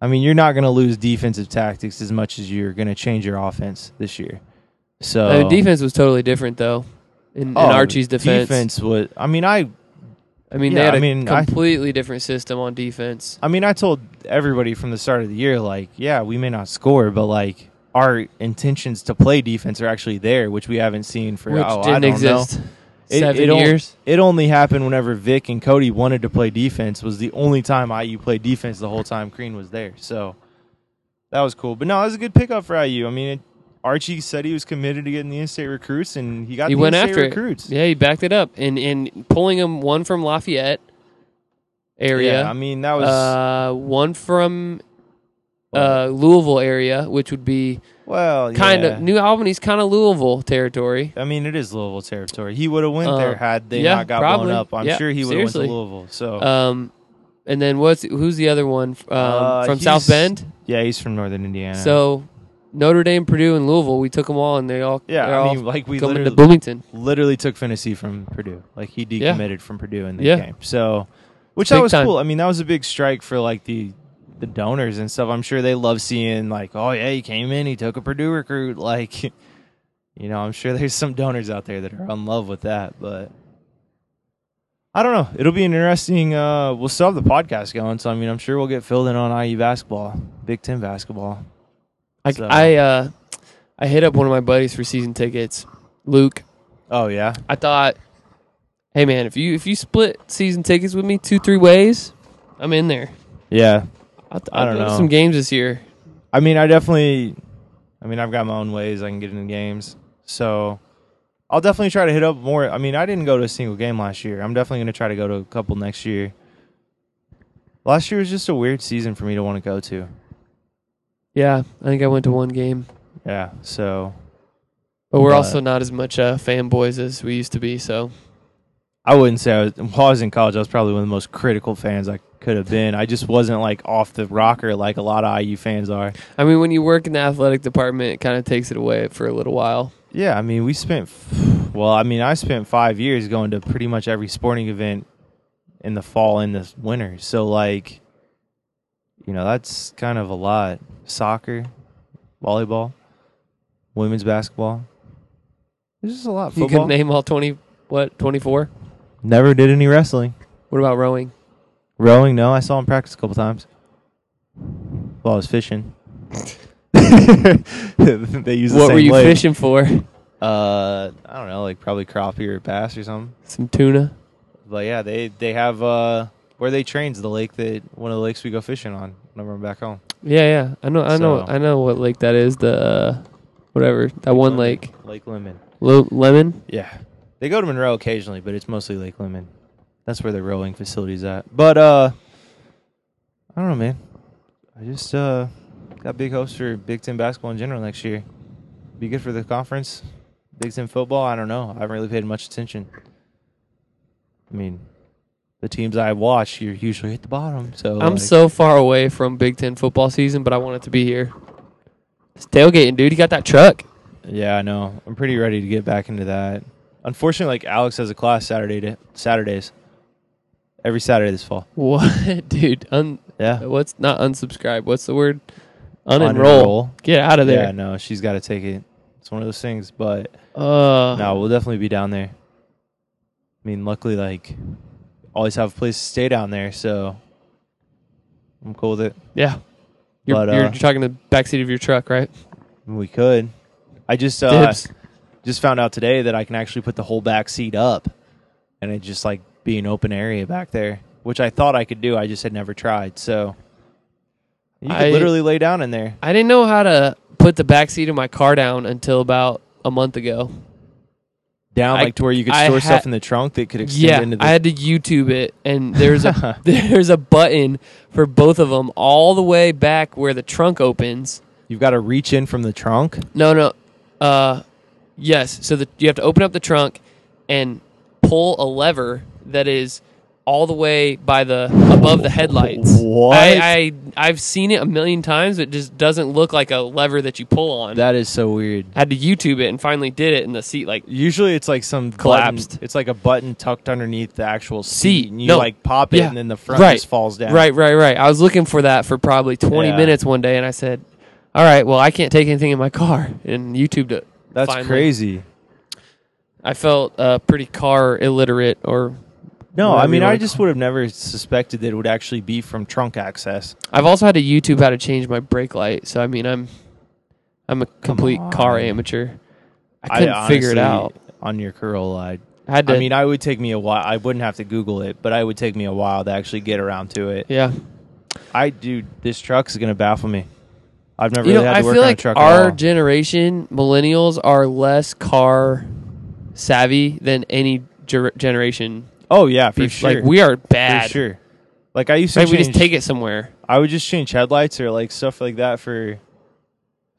I mean, you're not going to lose defensive tactics as much as you're going to change your offense this year. So I mean, Uh, defense was totally different though. In, Oh, in Archie's defense, defense was. I mean, I I mean Yeah, they had I a mean, I- completely different system on defense. I mean, I told everybody from the start of the year, like, yeah, we may not score, but like our intentions to play defense are actually there, which we haven't seen for Which oh, I didn't don't know. exist seven on- years. it only happened whenever Vic and Cody wanted to play defense. Was the only time IU played defense the whole time Green was there. So that was cool. But no, it was a good pickup for IU. I mean, it, Archie said he was committed to getting the in-state recruits, and he got He the went in-state after it. recruits. Yeah, he backed it up and and pulling him one from Lafayette area, Yeah, I mean that was uh, one from uh, Louisville area, which would be well kind yeah. of New Albany's kind of Louisville territory. I mean, it is Louisville territory. He would have went Uh, there had they yeah, not got probably. blown up. I'm Yeah, sure he would have went to seriously. Louisville. So Um, and then what's who's the other one um, Uh, from he's- South Bend? yeah, he's from Northern Indiana. So Notre Dame, Purdue, and Louisville, we took them all, and they all yeah, they're I all mean, like we coming to literally, Bloomington. literally took Finney from Purdue. Like he Yeah. decommitted from Purdue in the Yeah. game. So, which Big that was time. cool. I mean, that was a big strike for like the the donors and stuff. I'm sure they love seeing like, oh yeah, he came in, he took a Purdue recruit. Like, you know, I'm sure there's some donors out there that are in love with that, but. I don't know. It'll be an interesting. Uh, we'll still have the podcast going, so I mean, I'm sure we'll get filled in on IU basketball, Big Ten basketball. I So- I uh, I hit up one of my buddies for season tickets, Luke. Oh yeah, I thought, hey man, if you if you split season tickets with me two three ways, I'm in there. yeah. I'll, I I'll don't go to know. some games this year. I mean, I definitely. I mean, I've got my own ways I can get into games, so I'll definitely try to hit up more. I mean, I didn't go to a single game last year. I'm definitely going to try to go to a couple next year. Last year was just a weird season for me to want to go to. Yeah, I think I went to one game, Yeah, so but we're But- also not as much uh, fanboys as we used to be. So I wouldn't say I was. While I was in college, I was probably one of the most critical fans I could have been. I just wasn't like off the rocker like a lot of IU fans are. I mean, when you work in the athletic department, it kind of takes it away for a little while. Yeah, I mean, we spent, well, I mean, I spent five years going to pretty much every sporting event in the fall and the winter. So, like, you know, that's kind of a lot. Soccer, volleyball, women's basketball. There's just a lot. You can Football. name all twenty what twenty four. Never did any wrestling. What about rowing? Rowing? No, I saw him practice a couple times while I was fishing. they use the what same were you lake. fishing for? Uh, I don't know, like probably crappie or bass or something. Some tuna. But yeah, they they have uh where they train's the lake that one of the lakes we go fishing on whenever I'm back home. Yeah, yeah. I know. I know. So- I know what lake that is. The uh, whatever that one lake. Lake Lemon. Lo- lemon. Yeah. They go to Monroe occasionally, but it's mostly Lake Lemon. That's where the rowing facility's at. But uh I don't know, man. I just uh got big hopes for Big Ten basketball in general next year. Be good for the conference. Big Ten football, I don't know. I haven't really paid much attention. I mean, the teams I watch, you're usually at the bottom. So I'm like, so far away from Big Ten football season, but I want it to be here. It's tailgating, dude. You got that truck. Yeah, I know. I'm pretty ready to get back into that. Unfortunately, like Alex has a class Saturday to, Saturdays. Every Saturday this fall. What, dude? Un- Yeah. what's not unsubscribe? What's the word? Unenroll. Get out of Yeah, there. no, she's got to take it. It's one of those things, but Uh, no, we'll definitely be down there. I mean, luckily, like, always have a place to stay down there, so I'm cool with it. Yeah. You're, But, uh, you're talking the backseat of your truck, right? We could. I just uh, Dibs. just found out today that I can actually put the whole back seat up, and it just like be an open area back there, which I thought I could do. I just had never tried, so you could I- literally lay down in there. I didn't know how to put the backseat of my car down until about a month ago. Down I- like to where you could I store ha- stuff in the trunk that could extend Yeah, into the I had to YouTube it, and there's a there's a button for both of them all the way back where the trunk opens. You've got to reach in from the trunk. No, no, uh, yes. So the, you have to open up the trunk and pull a lever that is all the way by the above the headlights. What? I, I I've seen it a million times. It just doesn't look like a lever that you pull on. That is so weird. I had to YouTube it and finally did it, and the seat like Usually it's like some Collapsed. button- it's like a button tucked underneath the actual Seat. seat, and you No. like pop it, Yeah. and then the front Right. just falls down. Right, right, right. I was looking for that for probably 20 Yeah. minutes one day, and I said, "All right, well, I can't take anything in my car." And YouTubed it. That's finally. crazy. I felt uh, pretty car illiterate, or No, I Whatever mean you I wanna just call would have never suspected that it would actually be from trunk access. I've also had to YouTube how to change my brake light. So I mean, I'm I'm a complete car on. amateur. I couldn't honestly, figure it out. on your Corolla. I had I, to. I mean, I would take me a while. I wouldn't have to Google it, but I would take me a while to actually get around to it. yeah. I dude, this truck's gonna baffle me. I've never You really know, had to I work feel on like a truck. at our all. generation, millennials, are less car savvy than any ger- generation. oh yeah, for bef- sure. Like we are for bad. sure. Like I used to Right, we just change- take it somewhere. I would just change headlights or like stuff like that for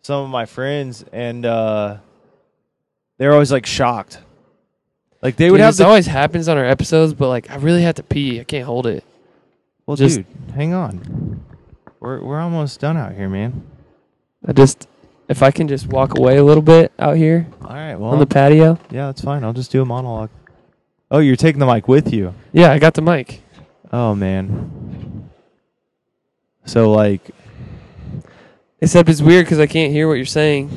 some of my friends, and uh, they're always like shocked. Like they It would Dude, have this the always happens on our episodes, but like I really have to pee. I can't hold it. well, just- dude, hang on. We're we're almost done out here, man. I just if I can just walk away a little bit out here All right, well, on the patio. yeah, that's fine. I'll just do a monologue. Oh, you're taking the mic with you. Yeah, I got the mic. Oh man. So like, Except it's weird because I can't hear what you're saying.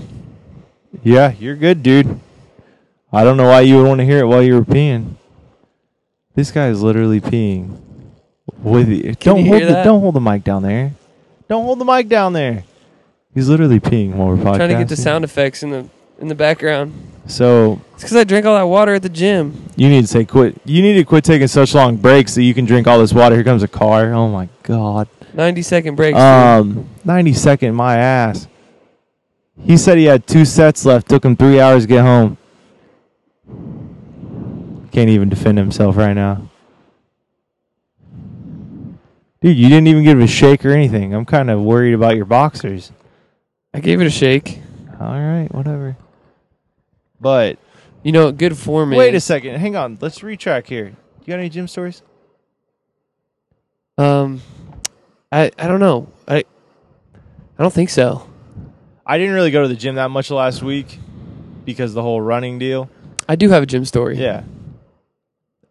yeah, you're good, dude. I don't know why you would want to hear it while you were peeing. This guy is literally peeing. With you. don't you hold hear the that? don't hold the mic down there. Don't hold the mic down there. He's literally peeing while we're podcasting. trying to get the sound effects in the in the background. So It's because I drank all that water at the gym. you need to say quit. You need to quit taking such long breaks that you can drink all this water. Here comes a car. Oh my god. Ninety second breaks. dude. Um, 90 second, my ass. He said he had two sets left. Took him three hours to get home. Can't even defend himself right now. Dude, you didn't even give him a shake or anything. I'm kind of worried about your boxers. I gave it a shake. All right, whatever. But You know, good form is. wait a second. Hang on. Let's retrack here. You got any gym stories? Um, I I don't know. I I don't think so. I didn't really go to the gym that much last week because the whole running deal. I do have a gym story. Yeah.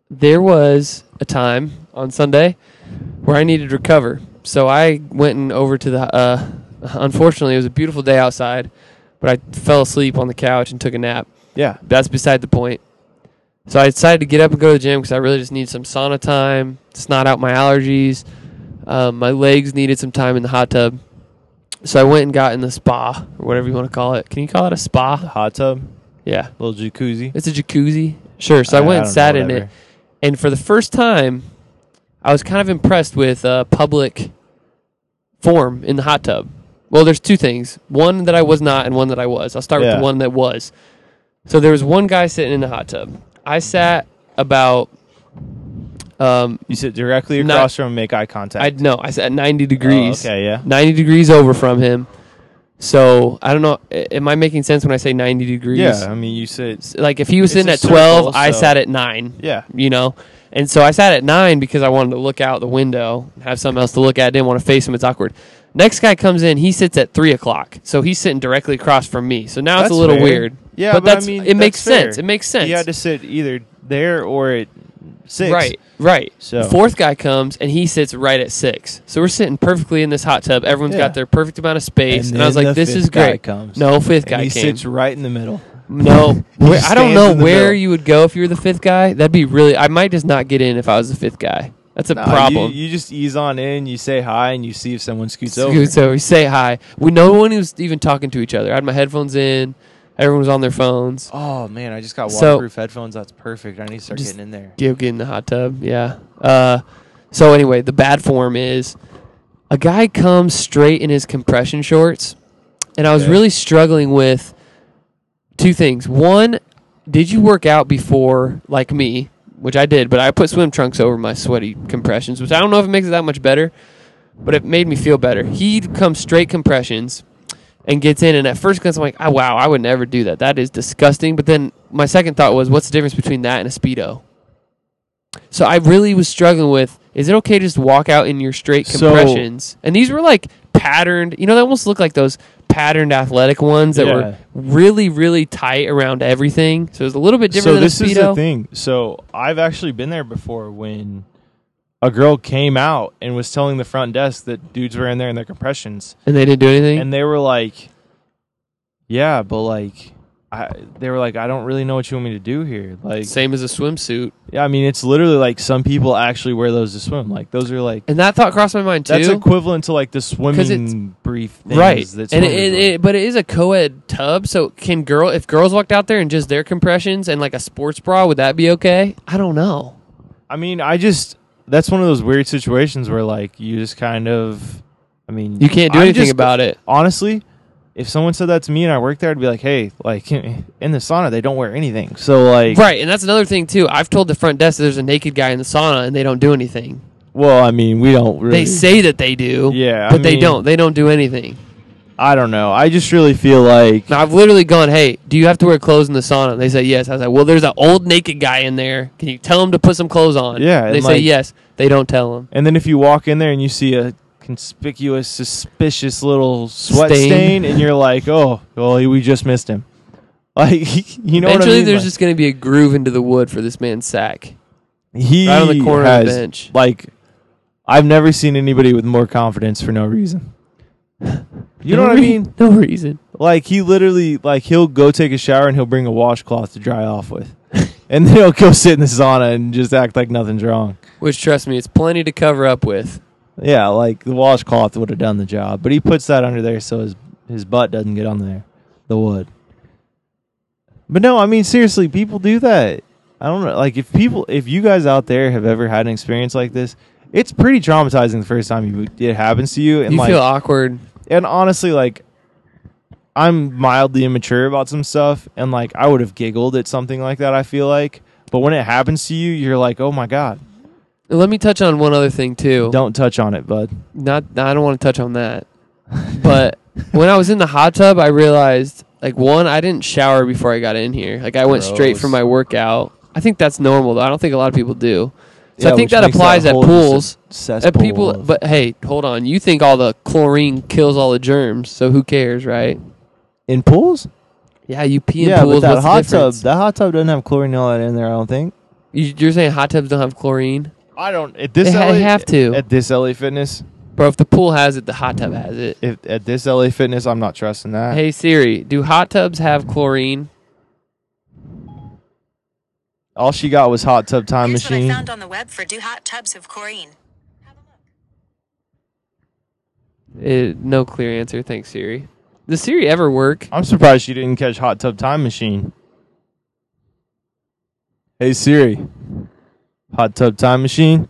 there was a time on Sunday where I needed to recover. So I went and over to the. Uh, unfortunately, it was a beautiful day outside, but I fell asleep on the couch and took a nap. Yeah. That's beside the point. So I decided to get up and go to the gym because I really just need some sauna time, snot out my allergies. Um, my legs needed some time in the hot tub. So I went and got in the spa or whatever you want to call it. Can you call it a The spa? hot tub, Yeah. little jacuzzi. It's a jacuzzi. Sure. So I, went and don't sat know, in it. whatever. And for the first time, I was kind of impressed with uh, public form in the hot tub. Well, there's two things one that I was not, and one that I was. I'll start with Yeah. the one that was. So there was one guy sitting in the hot tub. I sat about, um, You sit directly Not- across from him, make eye contact. I no, I sat 90 degrees. Oh, okay, yeah. 90 degrees over from him. So I don't know. a- Am I making sense when I say 90 degrees? Yeah, I mean, you sit. S- Like if he was It's sitting a at 12, circle, I so- sat at 9 Yeah, you know. And so I sat at nine because I wanted to look out the window and have something else to look at. I didn't want to face him; it's awkward. Next guy comes in, he sits at three o'clock, so he's sitting directly across from me. So now it's That's a little fair. weird. Yeah, but, but I that's mean, it that's makes sense. fair. It makes sense. you had to sit either there or at six. Right, right. So- fourth guy comes and he sits right at six. So we're sitting perfectly in this hot tub. Everyone's Yeah. got their perfect amount of space, and, I was then like, the "This fifth is guy great." comes. No fifth And guy he came. sits right in the middle. No, He Where- I don't stands know in the where middle. you would go if you were the fifth guy. That'd be really. I might just not get in if I was the fifth guy. That's a Nah, problem. You, you just ease on in, you say hi, and you see if someone scoots over. Scoots over. Say hi. We no one was even talking to each other. I had my headphones in. Everyone was on their phones. Oh man, I just got So- waterproof headphones. That's perfect. I need to start Just- getting in there. Give get in the hot tub. Yeah. Uh, so anyway, the bad form is a guy comes straight in his compression shorts, and I was Okay. really struggling with two things. One, did you work out before like me? Which I did, but I put swim trunks over my sweaty compressions, which I don't know if it makes it that much better, but it made me feel better. He comes straight compressions and gets in, and at first glance, I'm like, oh, wow, I would never do that. That is disgusting. But then my second thought was, what's the difference between that and a Speedo? So I really was struggling with is it okay to just walk out in your straight So- compressions? and these were like patterned, you know, they almost look like those patterned athletic ones that Yeah. were really, really tight around everything. So it was a little bit different So than this a Speedo. is the thing. So I've actually been there before when a girl came out and was telling the front desk that dudes were in there in their compressions, And they didn't do anything? and they were like, "Yeah, but like." I, they were like, I don't really know what you want me to do here. Like, Same as a swimsuit. yeah, I mean, it's literally like some people actually wear those to swim. Like, those are like And that thought crossed my mind too. That's equivalent to like the 'Cause swimming it's- brief, things right That and it, swimmers it, wear. it- but it is a co-ed tub so can girl if girls walked out there in just their compressions and like a sports bra would that be okay i don't know I mean, I just that's one of those weird situations where like you just kind of, I mean, you can't do I'm anything just- about it Honestly, if someone said that to me and I worked there, I'd be like, hey, like in the sauna they don't wear anything, so like, right and that's another thing too i've told the front desk that there's a naked guy in the sauna and they don't do anything well, I mean, we don't really. they say that they do Yeah, I but they mean- don't they don't do anything I don't know. I just really feel like now i've literally gone hey do you have to wear clothes in the sauna and they say yes i was like well there's an old naked guy in there can you tell him to put some clothes on Yeah, And they and, say like- yes they don't tell him And then if you walk in there and you see a conspicuous, suspicious little sweat Stain. stain, and you're like, oh, well, we just missed him. Like, you know eventually what I mean? there's Like, just going to be a groove into the wood for this man's sack he right on the corner of the has, bench. Like, I've never seen anybody with more confidence for no reason. You No know what I rea- mean? No reason. Like, he literally, like, he'll go take a shower and he'll bring a washcloth to dry off with. and then he'll go sit in the sauna and just act like nothing's wrong. Which, trust me, it's plenty to cover up with. Yeah, like the washcloth would have done the job, but he puts that under there so his his butt doesn't get on there, the wood. But no, I mean seriously, people do that. I don't know, like if people, if you guys out there have ever had an experience like this, it's pretty traumatizing the first time you, it happens to you, and you like, feel awkward. and honestly, like I'm mildly immature about some stuff, and like I would have giggled at something like that. I feel like, but when it happens to you, you're like, oh my god, And Let me touch on one other thing too. don't touch on it, bud. Not, I don't want to touch on that. But when I was in the hot tub, I realized like one, I didn't shower before I got in here. Like I went straight Gross. from my workout. I think that's normal though. I don't think a lot of people do. So Yeah, I think which that makes applies at whole pools. just a At cesspool people, of- but hey, hold on. You think all the chlorine kills all the germs, so who cares, right? in pools, Yeah, you pee in yeah, pools. but that what's hot the difference? tub, that hot tub doesn't have chlorine and all that in there. I don't think. You- You're saying hot tubs don't have chlorine? I don't. At this, They ha- LA, have to. At this LA Fitness, Bro, if the pool has it, the hot tub has it. if at this LA Fitness, I'm not trusting that. Hey Siri, do hot tubs have chlorine? All she got was hot tub time Here's machine. what I found on the web for do hot tubs of chlorine. Have a look. It, Eh, no clear answer. Thanks, Siri. Does Siri ever work? I'm surprised you didn't catch hot tub time machine. Hey Siri, hot tub time machine.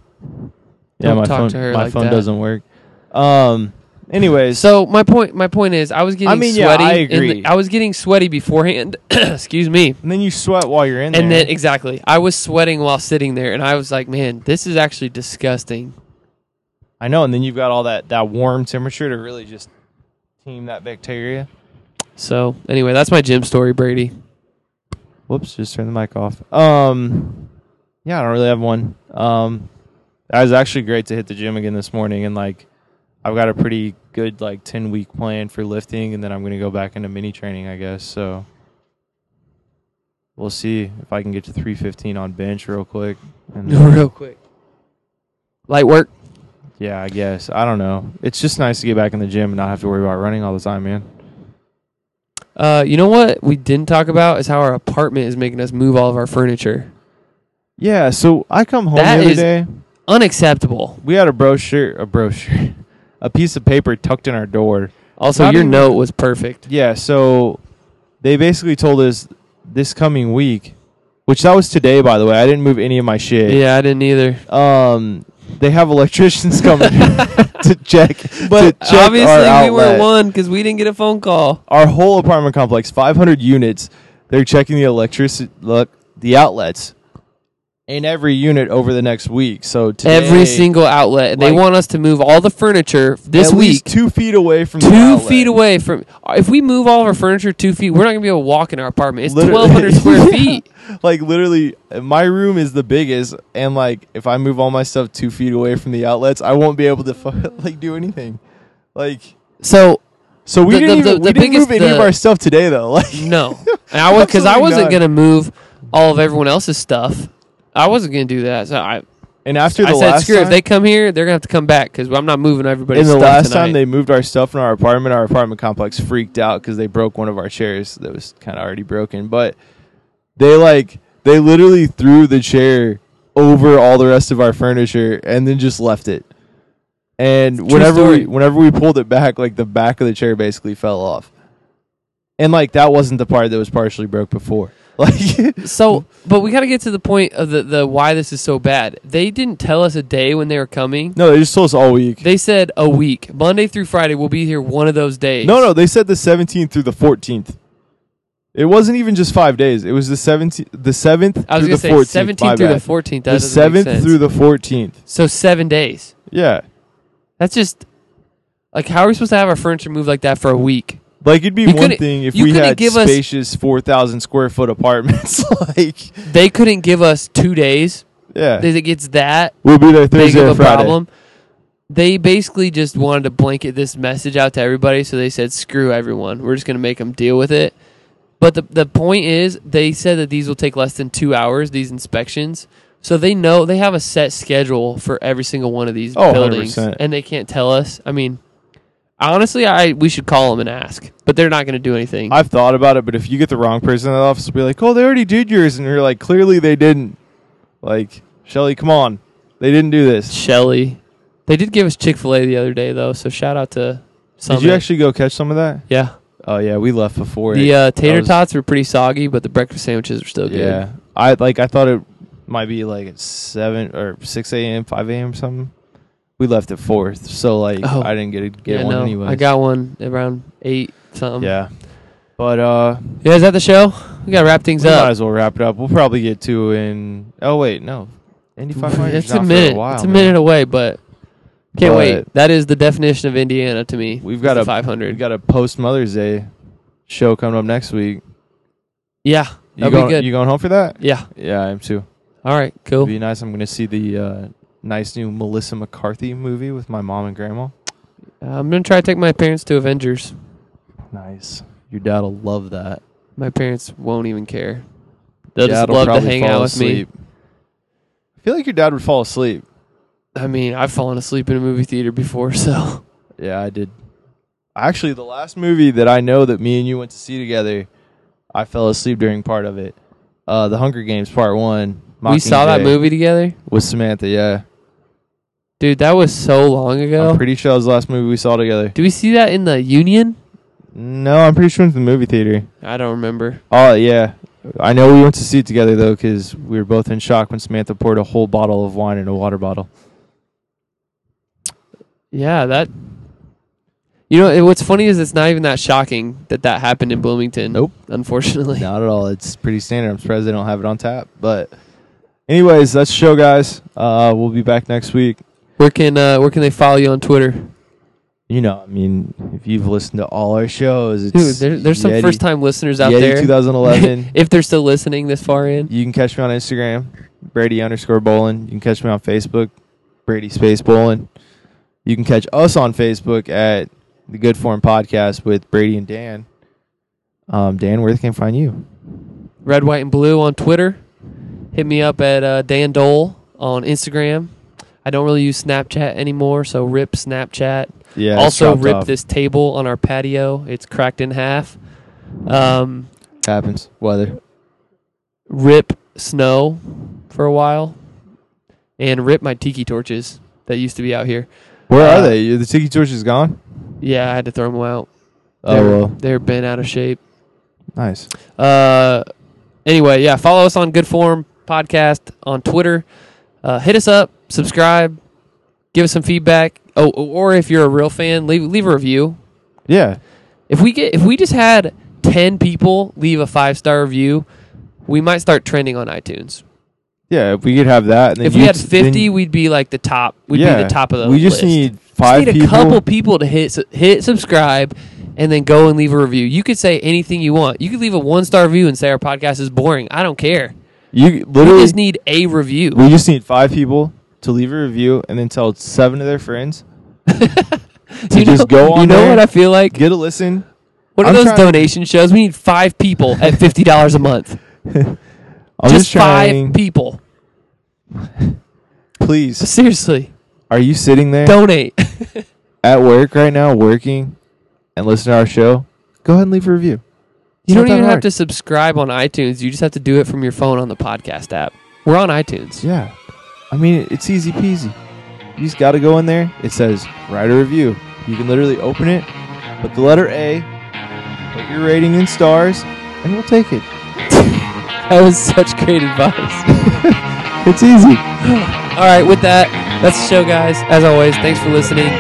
Yeah, Don't my talk phone to her my like phone that. doesn't work. Um. Anyways, So my point, my point is, I was getting. I mean, yeah, sweaty I in the- agree. I was getting sweaty beforehand. Excuse me. and then you sweat while you're in there. And then exactly, I was sweating while sitting there, and I was like, "Man, this is actually disgusting." I know, and then you've got all that that warm temperature to really just team that bacteria. So anyway, that's my gym story, Brady. Whoops, just turned the mic off. Um, yeah, I don't really have one. Um, it was actually great to hit the gym again this morning, and like, I've got a pretty good like ten week plan for lifting, and then I'm gonna go back into mini training, I guess. So we'll see if I can get to three fifteen on bench real quick. And Real quick, light work. yeah, I guess I don't know. It's just nice to get back in the gym and not have to worry about running all the time, man. Uh, you know what we didn't talk about is how our apartment is making us move all of our furniture. Yeah, so I come home That every day. is- Unacceptable. We had a brochure, a brochure, a piece of paper tucked in our door Also, Not your even- note was perfect. Yeah, so they basically told us this coming week, which that was today, by the way. I didn't move any of my shit. Yeah, I didn't either. Um, they have electricians coming to check. But to check our obviously, we were outlet. one because we didn't get a phone call. Our whole apartment complex, 500 units. They're checking the electricity, look, the outlets in every unit over the next week. So today, Every single outlet. they like- want us to move all the furniture this at week. least two feet away from the Two outlet. feet away from. If we move all of our furniture two feet, we're not gonna be able to walk in our apartment. It's Liter- twelve hundred square Yeah. feet. Like literally, my room is the biggest, and like if I move all my stuff two feet away from the outlets, I won't be able to fu- like do anything. Like So so, we The- didn't the- even, the we didn't biggest- move any of the- our stuff today though. Like no, and I was because I Absolutely wasn't not. gonna move all of everyone else's stuff. I wasn't gonna do that. So I, and after the I said, last screw. it. time, If they come here, they're gonna have to come back because I'm not moving everybody's and the stuff last tonight. time they moved our stuff in our apartment, our apartment complex freaked out because they broke one of our chairs that was kind of already broken. But they like they literally threw the chair over all the rest of our furniture and then just left it. And whenever story. we whenever we pulled it back, like the back of the chair basically fell off. And like that wasn't the part that was partially broke before. Like So, but we got to get to the point of the, the why this is so bad. They didn't tell us a day when they were coming. no, they just told us all week. They said a week, Monday through Friday. We'll be here one of those days. No, no, they said the 17th through the 14th. It wasn't even just five days. It was the 17th, the 7th I was gonna through the say 14th. my seventeenth through bad. the fourteenth. the 7th through the 14th. so seven days. Yeah. That's just like how are we supposed to have our furniture moved like that for a week? Like it'd be You one couldn't- thing if you we couldn't had give us- spacious 4,000 square foot apartments. like, They couldn't give us two days. yeah. They- It gets that we'll be there big Thursday of or a Friday. problem. They basically just wanted to blanket this message out to everybody, so they said, "Screw everyone. We're just going to make them deal with it." But the the point is, they said that these will take less than two hours. These inspections, so they know they have a set schedule for every single one of these Oh, buildings, 100%. and they can't tell us. I mean, honestly, I we should call them and ask, but they're not going to do anything. I've thought about it, but if you get the wrong person in the office, they'll be like, oh, they already did yours. And you're like, clearly they didn't. Like, Shelly, come on. They didn't do this. Shelly, they did give us Chick Fil A the other day though, so shout out to. Summit. Did you actually go catch some of that? Yeah. Oh, yeah. We left before. The it. uh, tater That was- tots were pretty soggy, but the breakfast sandwiches were still good. Yeah, I like. I thought it might be like at seven or six a.m., five a.m. or something. We left at fourth, so like Oh. I didn't get to get Yeah, one no, anyway. I got one around eight something. yeah, but uh, yeah. Is that the show? We gotta wrap we things might up. as well wrap it up. We'll probably get to in. Oh wait, no, Indy five hundred. It's a minute. A while, it's a man. minute away, but can't But- wait. That is the definition of Indiana to me. We've got a five We've hundred. got a post Mother's Day show coming up next week. Yeah, You that'll going, be good. You going home for that? yeah. Yeah, I am too. All right. It'll Cool. be nice. I'm going to see the uh, nice new Melissa McCarthy movie with my mom and grandma. Uh, I'm gonna try to take my parents to Avengers. Nice. Your dad will love that. My parents won't even care. They'll just Dad will love to probably hang fall out with me. asleep. I feel like your dad would fall asleep. I mean, I've fallen asleep in a movie theater before, so Yeah, I did. Actually, the last movie that I know that me and you went to see together, I fell asleep during part of it. uh, The Hunger Games Part One. we saw that Mockingjay, movie together, with Samantha. Yeah, dude. That was so long ago. I'm pretty sure that was the last movie we saw together. Do we see that in the Union? No, I'm pretty sure it was the movie theater. I don't remember. Oh yeah, I know we went to see it together though because we were both in shock when Samantha poured a whole bottle of wine in a water bottle. Yeah, that. You know, it, what's funny is it's not even that shocking that that happened in Bloomington. Nope. Unfortunately. Not at all. It's pretty standard. I'm surprised they don't have it on tap. But, anyways, that's the show, guys. Uh, we'll be back next week. Where can uh, where can they follow you on Twitter? You know, I mean, if you've listened to all our shows, it's Dude, there, there's some Yeti- first time listeners out Yeti there. 2011. if they're still listening this far in. you can catch me on Instagram, Brady underscore Bolin. You can catch me on Facebook, Brady Space Bolin. You can catch us on Facebook at the Good Form Podcast with Brady and Dan. Um, Dan, where can I find you? Red, white, and blue on Twitter. Hit me up at uh, Dan Dole on Instagram. I don't really use Snapchat anymore, so rip Snapchat. Yeah. it's also, dropped rip off. this table on our patio. It's cracked in half. Um, happens. Weather. rip snow for a while, and rip my tiki torches that used to be out here. Where Uh, are they? The Tiki Torch is gone. Yeah, I had to throw them out. Oh They're- well, they're bent out of shape. nice. Uh, anyway, yeah, follow us on Good Form Podcast on Twitter. Uh, hit us up, subscribe, give us some feedback. Oh, or if you're a real fan, leave leave a review. Yeah, If we get if we just had ten people leave a five star review, we might start trending on iTunes. yeah. If we could have that, and then If we you had t- fifty, then- we'd be like the top. We'd yeah, be the top of the. We just list. need Just five need people. a couple people to hit su- hit subscribe and then go and leave a review. You could say anything you want. You could leave a one star review and say our podcast is boring. I don't care. you We literally, just need a review. we just need five people to leave a review and then tell seven of their friends to you just know, go on. You know there, what I feel like? get a listen. What are I'm those trying- donation shows? We need five people at fifty dollars a month. I'm just just, five trying. people. Please, Seriously, are you sitting there donate. at work right now, working, and listen to our show? Go ahead and leave a review. you not don't that even have hard. to subscribe on iTunes. You just have to do it from your phone on the podcast app. We're on iTunes. Yeah, I mean it's easy peasy. You just got to go in there. It says write a review. You can literally open it, put the letter A, put your rating in stars, and we'll take it. That was such great advice. It's easy. All right, with that, that's the show, guys. As always, thanks for listening.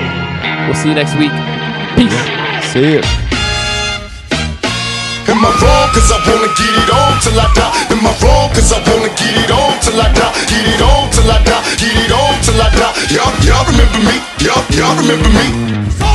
We'll see you next week. Peace. See you. Am I wrong? Cause I wanna get it on till I die. Am I wrong? Cause I wanna get it on till I die. Get it on till I die. Get it on till I die. Y'all, y'all remember me? Y'all, y'all remember me?